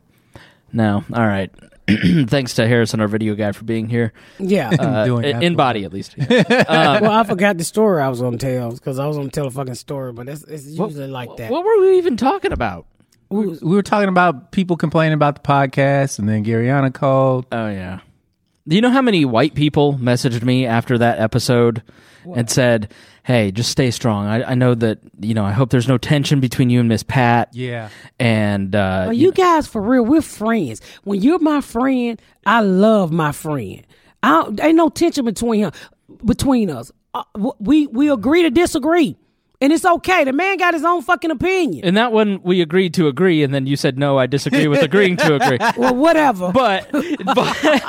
S4: no. All right. Thanks to Harrison, our video guy, for being here Uh,
S2: Yeah.
S3: Doing
S4: in,
S3: that
S4: in
S3: for-
S4: body at least.
S2: well, I forgot the story I was gonna tell because I was gonna tell a fucking story, but that's it's usually like that.
S4: what were we even talking about?
S3: We were talking about people complaining about the podcast, and then Garyana called.
S4: Oh yeah. Do you know how many white people messaged me after that episode and said, "Hey, just stay strong. I, I know that you know. I hope there's no tension between you and Miss Pat.
S3: Yeah.
S4: and uh,
S2: Are you guys for real? We're friends. When you're my friend, I love my friend. I don't, ain't no tension between him, between us. Uh, w- we we agree to disagree. And it's okay. The man got his own fucking opinion.
S4: And that one we agreed to agree, and then you said no, I disagree with agreeing to agree.
S2: Well, whatever.
S4: But but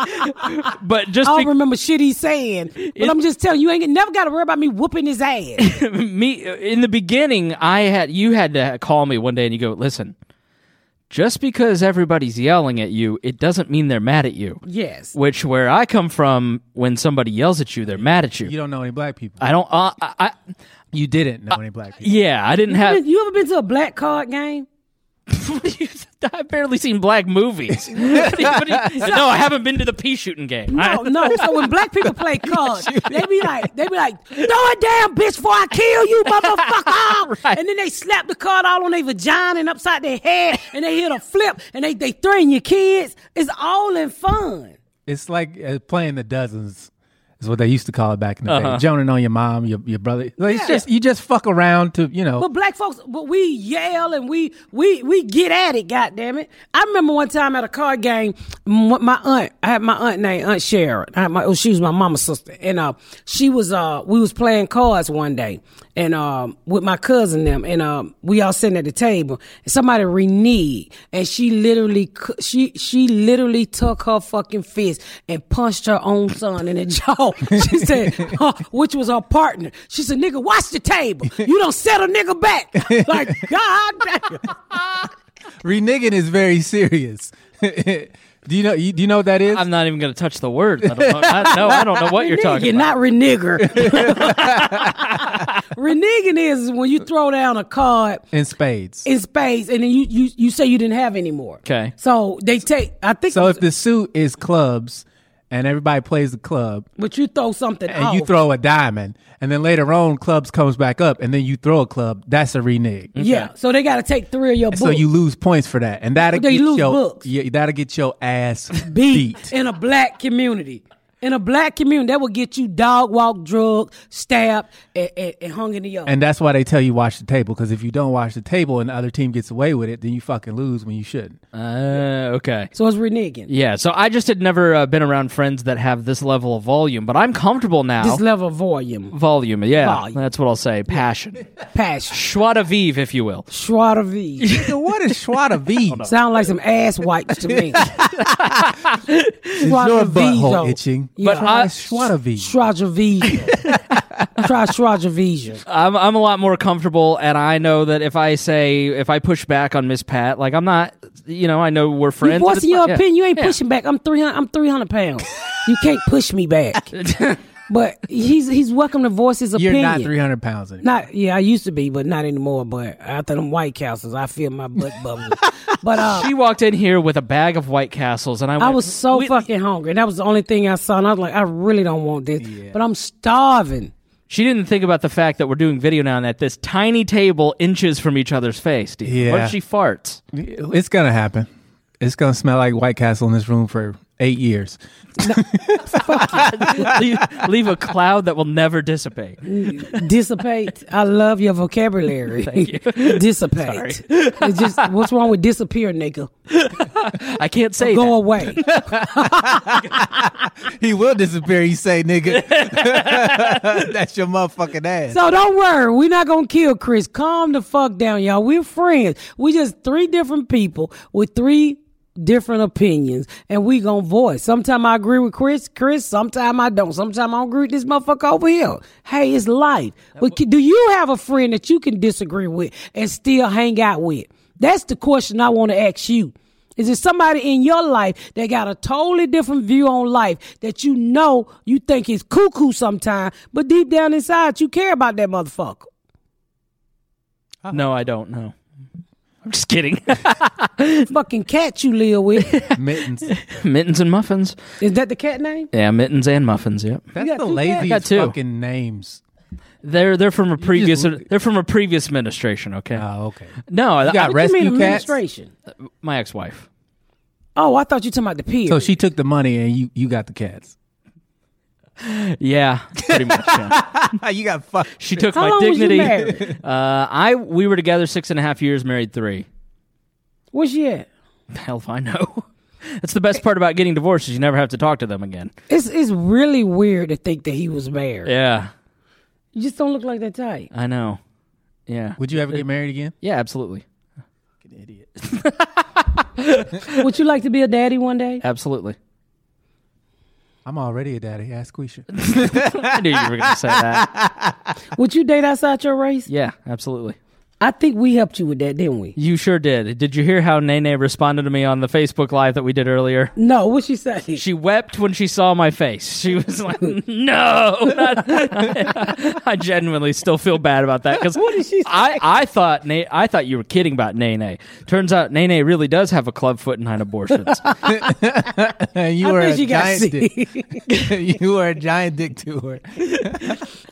S4: but just
S2: I
S4: be-
S2: don't remember shit he's saying. But I'm just telling you, you ain't never got to worry about me whooping his ass.
S4: me in the beginning, I had you had to call me one day, and you go, listen. Just because everybody's yelling at you, it doesn't mean they're mad at you.
S2: yes.
S4: Which, where I come from, when somebody yells at you, they're mad at you.
S3: You don't know any black people.
S4: I don't. Uh, I, I
S3: you didn't know any black people.
S4: yeah, I didn't have.
S2: you ever been to a black card game?
S4: I've barely seen black movies. What do you- what do you- no, I haven't been to the pea shooting game. I-
S2: No, no. So when black people play cards, they be like, they be like, throw it down, bitch, before I kill you, motherfucker. And then they slap the card all on their vagina and upside their head, and they hit a flip, and they they threaten your kids. It's all in fun.
S3: It's like uh, playing the dozens. Is what they used to call it back in the day. Joning on your mom, your your brother. Like, It's
S2: Uh-huh. Yeah.
S3: just you just fuck around to you know.
S2: But black folks, but we yell and we we we get at it. God damn it! I remember one time at a card game, m- what my aunt, I had my aunt named Aunt Sharon. I had my, oh, she was my mama's sister, and uh, she was uh, we was playing cards one day, and um, with my cousin them, and um, we all sitting at the table, and somebody reneged, and she literally cu- she she literally took her fucking fist and punched her own son in the jaw. She said, huh, which was her partner. She said, "Nigga, watch the table. You don't set a nigga back." Like God damn.
S3: Reneging is very serious. do you know? You, do you know what that is?
S4: I'm not even going to touch the word. let alone- I, no, I don't know what you're talking
S2: You're
S4: about.
S2: not renigger. Reneging is when you throw down a card
S3: in spades.
S2: in space and then you, you, you say you didn't have any more.
S4: Okay.
S2: So they take, I think,
S3: so if the suit is clubs, and everybody plays the club,
S2: but you throw something
S3: and
S2: off.
S3: you throw a diamond, and then later on clubs comes back up, and then you throw a club. That's a renege.
S2: Yeah. So they got to take three of your books.
S3: So you lose points for that, and that'll
S2: They
S3: get
S2: lose
S3: your
S2: books.
S3: Yeah, that'll get your ass
S2: beat,
S3: beat.
S2: in a black community. In a black community, that will get you dog walk, drug, stabbed, and, and, and hung in the yard.
S3: And that's why they tell you watch the table because if you don't watch the table and the other team gets away with it, then you fucking lose when you shouldn't.
S4: Uh, okay.
S2: so it's reneging.
S4: Yeah, so I just had never uh, been around friends that have this level of volume, but I'm comfortable now.
S2: This level of volume,
S4: volume, yeah.
S2: Volume.
S4: That's what I'll say. Passion.
S2: passion,
S4: Schwa de vivre, if you will.
S2: schwa de vie.
S3: Nigga, what is schwa de vivre?
S2: Sound like some ass wipes to me.
S3: Is
S2: Schwa
S3: your
S2: de vivre.
S3: butthole itching?
S2: Yeah.
S4: But I-
S3: schwa de vivre.
S2: Schwajavija. Try Schwajavija.
S4: I'm, I'm a lot more comfortable, and I know that if I say, if I push back on Miss Pat, like I'm not, you know, I know we're friends.
S2: You voicing
S4: It's
S2: your
S4: fine. Yeah.
S2: opinion. You ain't
S4: Yeah.
S2: pushing back. I'm three hundred. I'm three hundred pounds. You can't push me back. But he's he's welcome to voice his
S3: You're
S2: opinion.
S3: not 300 pounds anymore.
S2: Not yeah, I used to be, but not anymore. But after them White Castles, I feel my butt bubbling. but uh,
S4: She walked in here with a bag of White Castles, and I,
S2: I
S4: went,
S2: was so
S4: "We-
S2: fucking hungry. That was the only thing I saw, and I was like, I really don't want this, but I'm starving.
S4: She didn't think about the fact that we're doing video now and at this tiny table inches from each other's face. Dude. What
S3: Yeah.
S4: if she farts?
S3: It's gonna happen. It's gonna smell like White Castle in this room for eight years.
S4: leave, leave a cloud that will never dissipate.
S2: Dissipate. I love your vocabulary. Dissipate. It's just what's wrong with disappear, nigga?
S4: I can't say
S2: Go
S4: that.
S2: away.
S3: He will disappear. You say, nigga, that's your motherfucking ass.
S2: So don't worry, we're not gonna kill Chris. Calm the fuck down, y'all. We're friends. We just three different people with three different opinions, and we gonna voice. Sometimes I agree with Chris, Chris. Sometimes I don't. Sometimes I don't agree with this motherfucker over here. Hey, it's life. But can- do you have a friend that you can disagree with and still hang out with? That's the question I want to ask you. Is it somebody in your life that got a totally different view on life that you know you think is cuckoo sometime, but deep down inside you care about that motherfucker?
S4: No, I don't know. I'm just kidding.
S2: Fucking cat you live with.
S3: Mittens.
S4: mittens and muffins.
S2: is that the cat name?
S4: Yeah, mittens and muffins. Yep.
S3: That's
S2: got two cats?
S3: the
S4: Got
S3: laziest
S4: two.
S3: fucking names.
S4: They're they're from a previous
S3: look-
S4: they're from a previous administration. Okay.
S3: Oh, okay.
S4: no, I,
S3: got
S4: I-
S2: What Ah. you mean
S3: Rescue cats?
S2: administration?
S4: my ex-wife.
S2: Oh, I thought you talking about the pig.
S3: So she took the money and you you got the cats.
S4: Yeah, pretty much. yeah.
S3: you got fucked.
S4: She took
S2: How
S4: my
S2: long was you
S4: dignity.
S2: married?
S4: Uh, I we were together six and a half years, married three.
S2: Where's she at?
S4: Hell if I know. That's the best part about getting divorced is you never have to talk to them again.
S2: It's it's really weird to think that he was married.
S4: Yeah,
S2: You just don't look like that type.
S4: I know. Yeah.
S3: Would you ever get married again?
S4: Yeah, absolutely.
S2: Would you like to be a daddy one day?
S4: Absolutely.
S3: I'm already a daddy. Ask Quisha.
S4: I knew you were going to say that.
S2: Would you date outside your race?
S4: Yeah, absolutely.
S2: I think we helped you with that, didn't we?
S4: You sure did. Did you hear how Nene responded to me on the Facebook Live that we did earlier?
S2: No, what she said.
S4: She wept when she saw my face. She was like, "No!" not- I genuinely still feel bad about that because
S2: What did she say?
S4: I, I thought Na- I thought you were kidding about Nene. Turns out Nene really does have a club foot and nine abortions.
S3: And you
S2: I
S3: were
S2: think
S3: a
S2: she got
S3: giant dick.
S2: sick.
S3: you were a giant dick to her.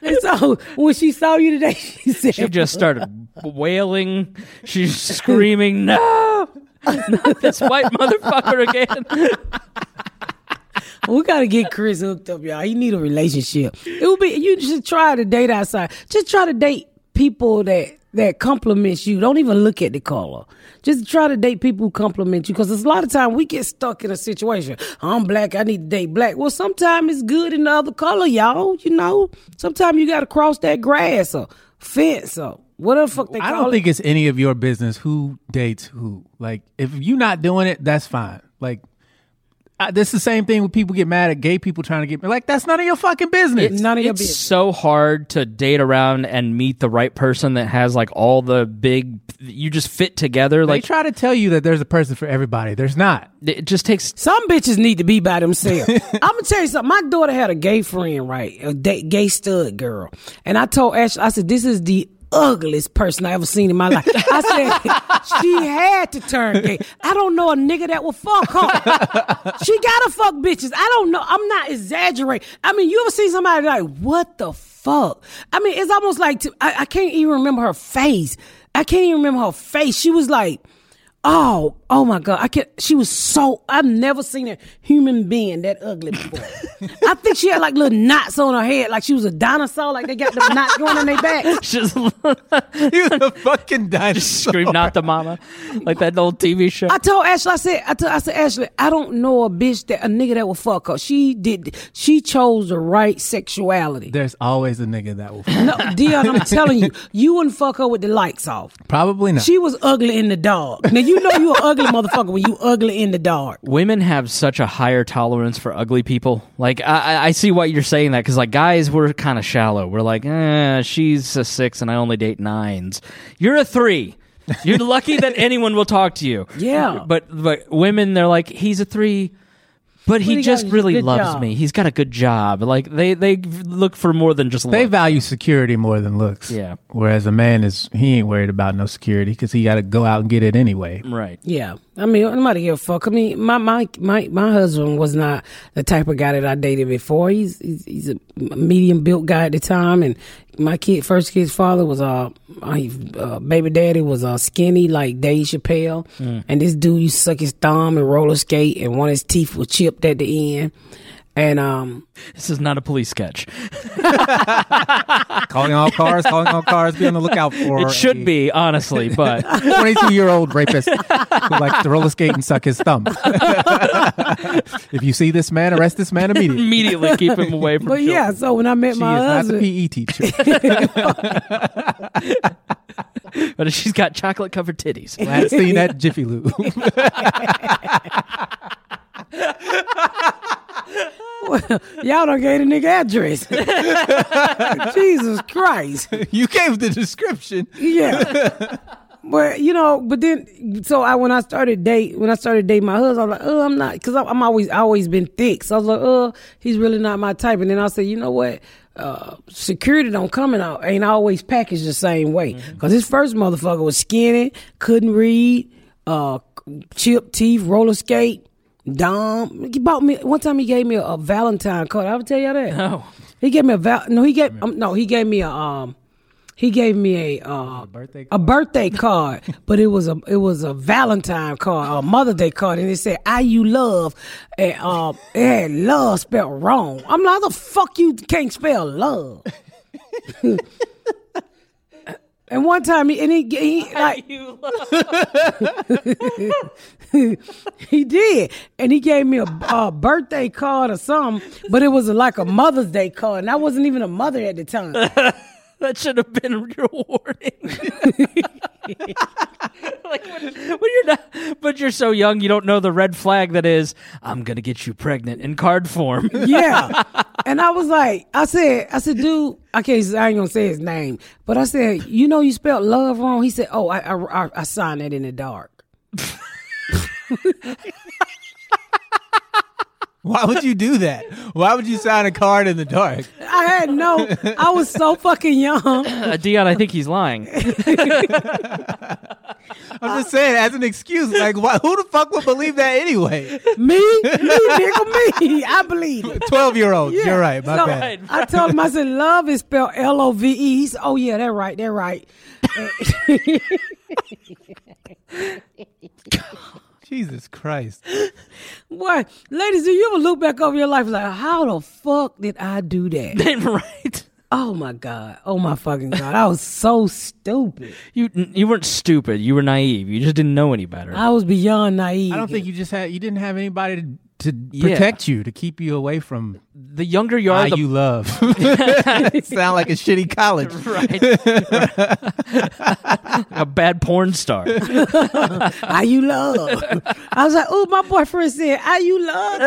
S2: and so when she saw you today, she said,
S4: she just started wailing. She's screaming, "No!" Not this white motherfucker again.
S2: "We gotta get Chris hooked up, y'all. He need a relationship. It would be you should try to date outside. Just try to date people that that compliments you. Don't even look at the color. Just try to date people who compliment you. Because there's a lot of time we get stuck in a situation. I'm black. I need to date black. Well, sometimes it's good in the other color, y'all. You know. Sometimes you gotta cross that grass or fence or whatever the fuck they
S3: I
S2: call
S3: don't
S2: it.
S3: think it's any of your business who dates who. Like, if you're not doing it, that's fine. Like, I, this is the same thing when people get mad at gay people trying to get like that's none of your fucking business.
S2: None of your
S4: it's
S2: business.
S4: so hard to date around and meet the right person that has like all the big you just fit together
S3: They
S4: like
S3: try to tell you that there's a person for everybody. There's not.
S4: it just takes
S2: Some bitches need to be by themselves. I'm gonna tell you something. My daughter had a gay friend, right? A da- gay stud girl, and I told Ashley, I said, "This is the ugliest person I ever seen in my life." I said, "She had to turn gay. I don't know a nigga that will fuck her. she gotta fuck bitches. I don't know. I'm not exaggerating. I mean, you ever seen somebody like what the fuck? I mean, it's almost like to, I, I can't even remember her face. I can't even remember her face. She was like." Oh, oh my God! I can not She was so. I've never seen a human being that ugly before. I think she had like little knots on her head, like she was a dinosaur. Like they got the knots going on their back.
S4: just
S3: You're the fucking dinosaur.
S4: scream not the mama like that old tv show
S2: I told Ashley, I said, I, told, I said, Ashley, I don't know a bitch that a nigga that will fuck her. She did. She chose the right sexuality.
S3: There's always a nigga that will.
S2: No, Dion, I'm telling you, you wouldn't fuck her with the lights off.
S3: Probably not.
S2: She was ugly in the dark. Now you know you an ugly motherfucker when you ugly in the dark.
S4: women have such a higher tolerance for ugly people like i, I- I see why you're saying that because like guys we're kind of shallow we're like eh, she's a six and i only date nines you're a three you're lucky that anyone will talk to you
S2: Yeah.
S4: but but women they're like he's a three but
S2: What do
S4: he
S2: you
S4: just
S2: got?
S4: really
S2: Good
S4: loves
S2: job."
S4: me he's got a good job like they they look for more than just love
S3: They value security more than looks.
S4: Yeah.
S3: Whereas a man is he ain't worried about no security because he got to go out and get it anyway.
S4: right
S2: Yeah, I mean, nobody give a fuck. I mean, my my my my husband was not the type of guy that I dated before. He's he's, he's a medium built guy at the time, and my kid first kid's father was uh, my, uh baby daddy was uh skinny like Dave Chappelle,
S3: Mm.
S2: and this dude used to suck his thumb and roller skate, and one of his teeth was chipped at the end, and um.
S4: this is not a police sketch
S3: calling all cars, calling all cars. Be on the lookout for.
S4: it should be honestly but
S3: 22 year old rapist who likes to roller skate and suck his thumb. if you see this man, arrest this man immediately.
S4: immediately keep him away from
S2: But
S4: children.
S2: yeah, so when I met
S3: She
S2: my
S3: is not the
S2: husband,
S3: PE teacher.
S4: but she's got chocolate covered titties
S3: Last seen at Jiffy Lube.
S2: y'all don't gave the nigga address. Jesus Christ.
S3: you gave the description.
S2: Yeah. But you know, but then so I when I started date when I started dating my husband, I was like, oh, I'm not because I'm, I'm always I always been thick, so I was like, oh, he's really not my type. And then I said, you know what? Uh, security don't come in all ain't always packaged the same way. Cause this first motherfucker was skinny, couldn't read, uh, chipped teeth, roller skate, dumb. He bought me one time. He gave me a, a Valentine card. I would tell you that. No, he gave me a val. No, he gave um, no he gave me a um he gave me a uh, a birthday card. but it was a it was a Valentine card, a Mother's Day card, and it said "I you love," and um, it had love spelled wrong. I'm like, how the fuck you can't spell love? and one time, he, and he, he like he did, and he gave me a, a birthday card or something, but it was like a Mother's Day card, and I wasn't even a mother at the time.
S4: that should have been your warning. like when, when you're not, but you're so young, you don't know the red flag that is. I'm gonna get you pregnant in card form.
S2: yeah. And I was like, I said, I said, dude, I can't, I ain't gonna say his name, but I said, you know, you spelled love wrong. He said, oh, I, I, I, I signed that in the dark.
S3: Why would you do that? Why would you sign a card in the dark?
S2: I had no, I was so fucking young.
S4: Uh, Dion, I think he's lying.
S3: I'm just saying as an excuse. Like, why, who the fuck would believe that anyway?
S2: Me, me, nigga, me. I believe it.
S3: Twelve year old. You're right. My
S2: So,
S3: bad.
S4: Right.
S2: I told him, I said, love is spelled L O V E. He said, oh, yeah, that right, that right.
S3: Jesus Christ.
S2: Boy, ladies, do you ever look back over your life like, how the fuck did I do that?
S4: right.
S2: oh my God. Oh my fucking God. I was so stupid.
S4: You you weren't stupid. You were naive. You just didn't know any better.
S2: I was beyond naive.
S3: I don't think you just had. You didn't have anybody to, to
S4: Yeah.
S3: protect you to keep you away from
S4: the younger you are,
S3: how
S4: the
S3: Ah, you love. Sound like a shitty college.
S4: a bad porn star.
S2: I you love. I was like, oh, my boyfriend said, I you love.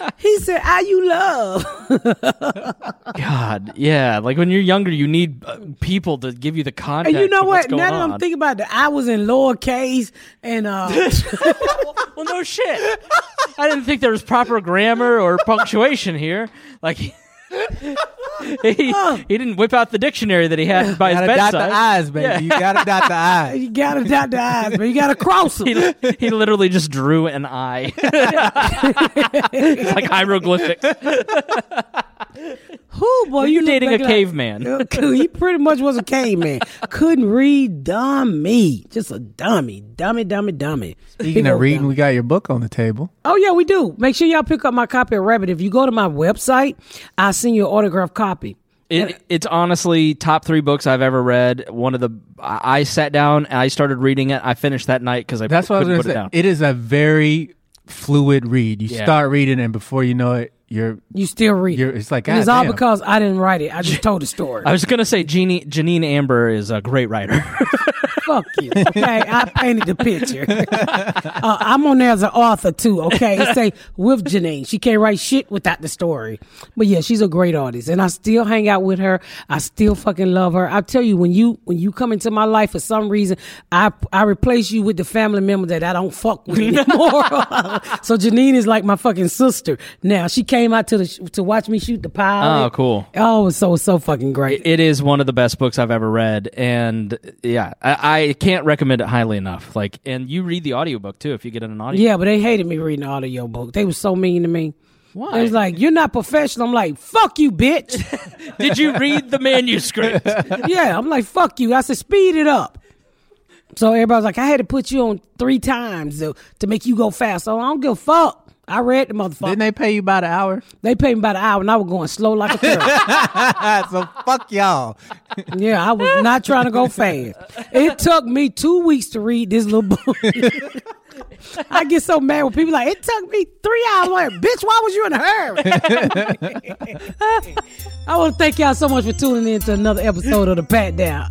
S2: me?" he said, I you love.
S4: God, yeah. Like when you're younger, you need uh, people to give you the context.
S2: And you know
S4: of what's
S2: what? Now
S4: going
S2: that I'm
S4: on.
S2: thinking about it, I was in lowercase and uh,
S4: well, no shit. I didn't think there was proper grammar or punctuation here. Like. He, he, he didn't whip out the dictionary that he had by his
S3: gotta dot the
S4: bedside.
S3: eyes, baby. You gotta dot the eyes.
S2: you gotta dot the eyes, but you gotta cross them.
S4: He, he literally just drew an eye. it's like hieroglyphics.
S2: Who boy?
S4: you
S2: Oh, look
S4: dating
S2: back
S4: a
S2: like-
S4: caveman?
S2: he pretty much was a caveman. Couldn't read, dummy, just a dummy, dummy, dummy, dummy.
S3: Speaking
S2: Big
S3: of
S2: old
S3: reading,
S2: dummy.
S3: we got your book on the table.
S2: Oh yeah, we do. Make sure y'all pick up my copy of Rabbit. If you go to my website, I'll send you an autographed copy.
S4: It, it's honestly top three books I've ever read. One of the I I sat down and I started reading it. I finished that night because I
S3: That's what I was
S4: couldn't
S3: gonna
S4: put it
S3: say.
S4: down.
S3: it is a very fluid read. You
S4: Yeah.
S3: start reading, and before you know it, you're
S2: You still read.
S3: You're- it's like,
S2: and it's all
S3: goddamn.
S2: because I didn't write it. I just told the story.
S4: I was gonna say Jeannie, Janine Amber is a great writer.
S2: Fuck you. Okay, I painted the picture. Uh, I'm on there as an author too. Okay, It say with Janine, she can't write shit without the story. But yeah, she's a great artist, and I still hang out with her. I still fucking love her. I tell you, when you when you come into my life for some reason, I I replace you with the family member that I don't fuck with anymore. so Janine is like my fucking sister now. She came out to the sh- to watch me shoot the pilot.
S4: Oh, cool.
S2: Oh, it was so so fucking great.
S4: it is one of the best books I've ever read, and yeah, I, I can't recommend it highly enough. Like, and you read the audiobook too if you get an audio.
S2: Yeah, but they hated me reading the audio book. They were so mean to me.
S4: Why?
S2: They was like, "You're not professional." I'm like, "Fuck you, bitch."
S4: Did you read the manuscript?
S2: yeah, I'm like, "Fuck you." I said, "Speed it up." So everybody's like, "I had to put you on three times to, to make you go fast." So I don't give a fuck. I read the motherfucker.
S3: didn't
S2: They-,
S3: they pay you by the hour?
S2: paid me about an hour, and I was going slow like a turtle.
S3: so fuck y'all.
S2: yeah, I was not trying to go fast. It took me two weeks to read this little book. I get so mad when people like, "It took me three hours." I'm like, bitch, why was you in a hurry? I want to thank y'all so much for tuning in to another episode of The Pat Down.